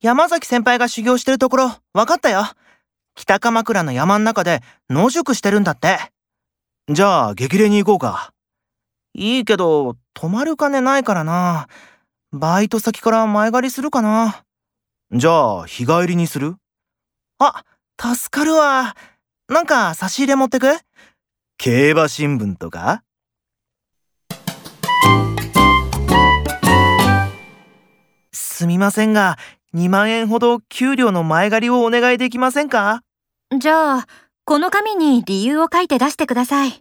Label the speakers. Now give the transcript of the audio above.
Speaker 1: 山崎先輩が修行してるところ、わかったよ。北鎌倉の山ん中で野宿してるんだって。
Speaker 2: じゃあ、激励に行こうか。
Speaker 1: いいけど、泊まる金ないからな。バイト先から前借りするかな。
Speaker 2: じゃあ、日帰りにする
Speaker 1: あ、助かるわ。なんか差し入れ持ってく
Speaker 2: 競馬新聞とか
Speaker 1: すみませんが、2万円ほど給料の前借りをお願いできませんか
Speaker 3: じゃあ、この紙に理由を書いて出してください。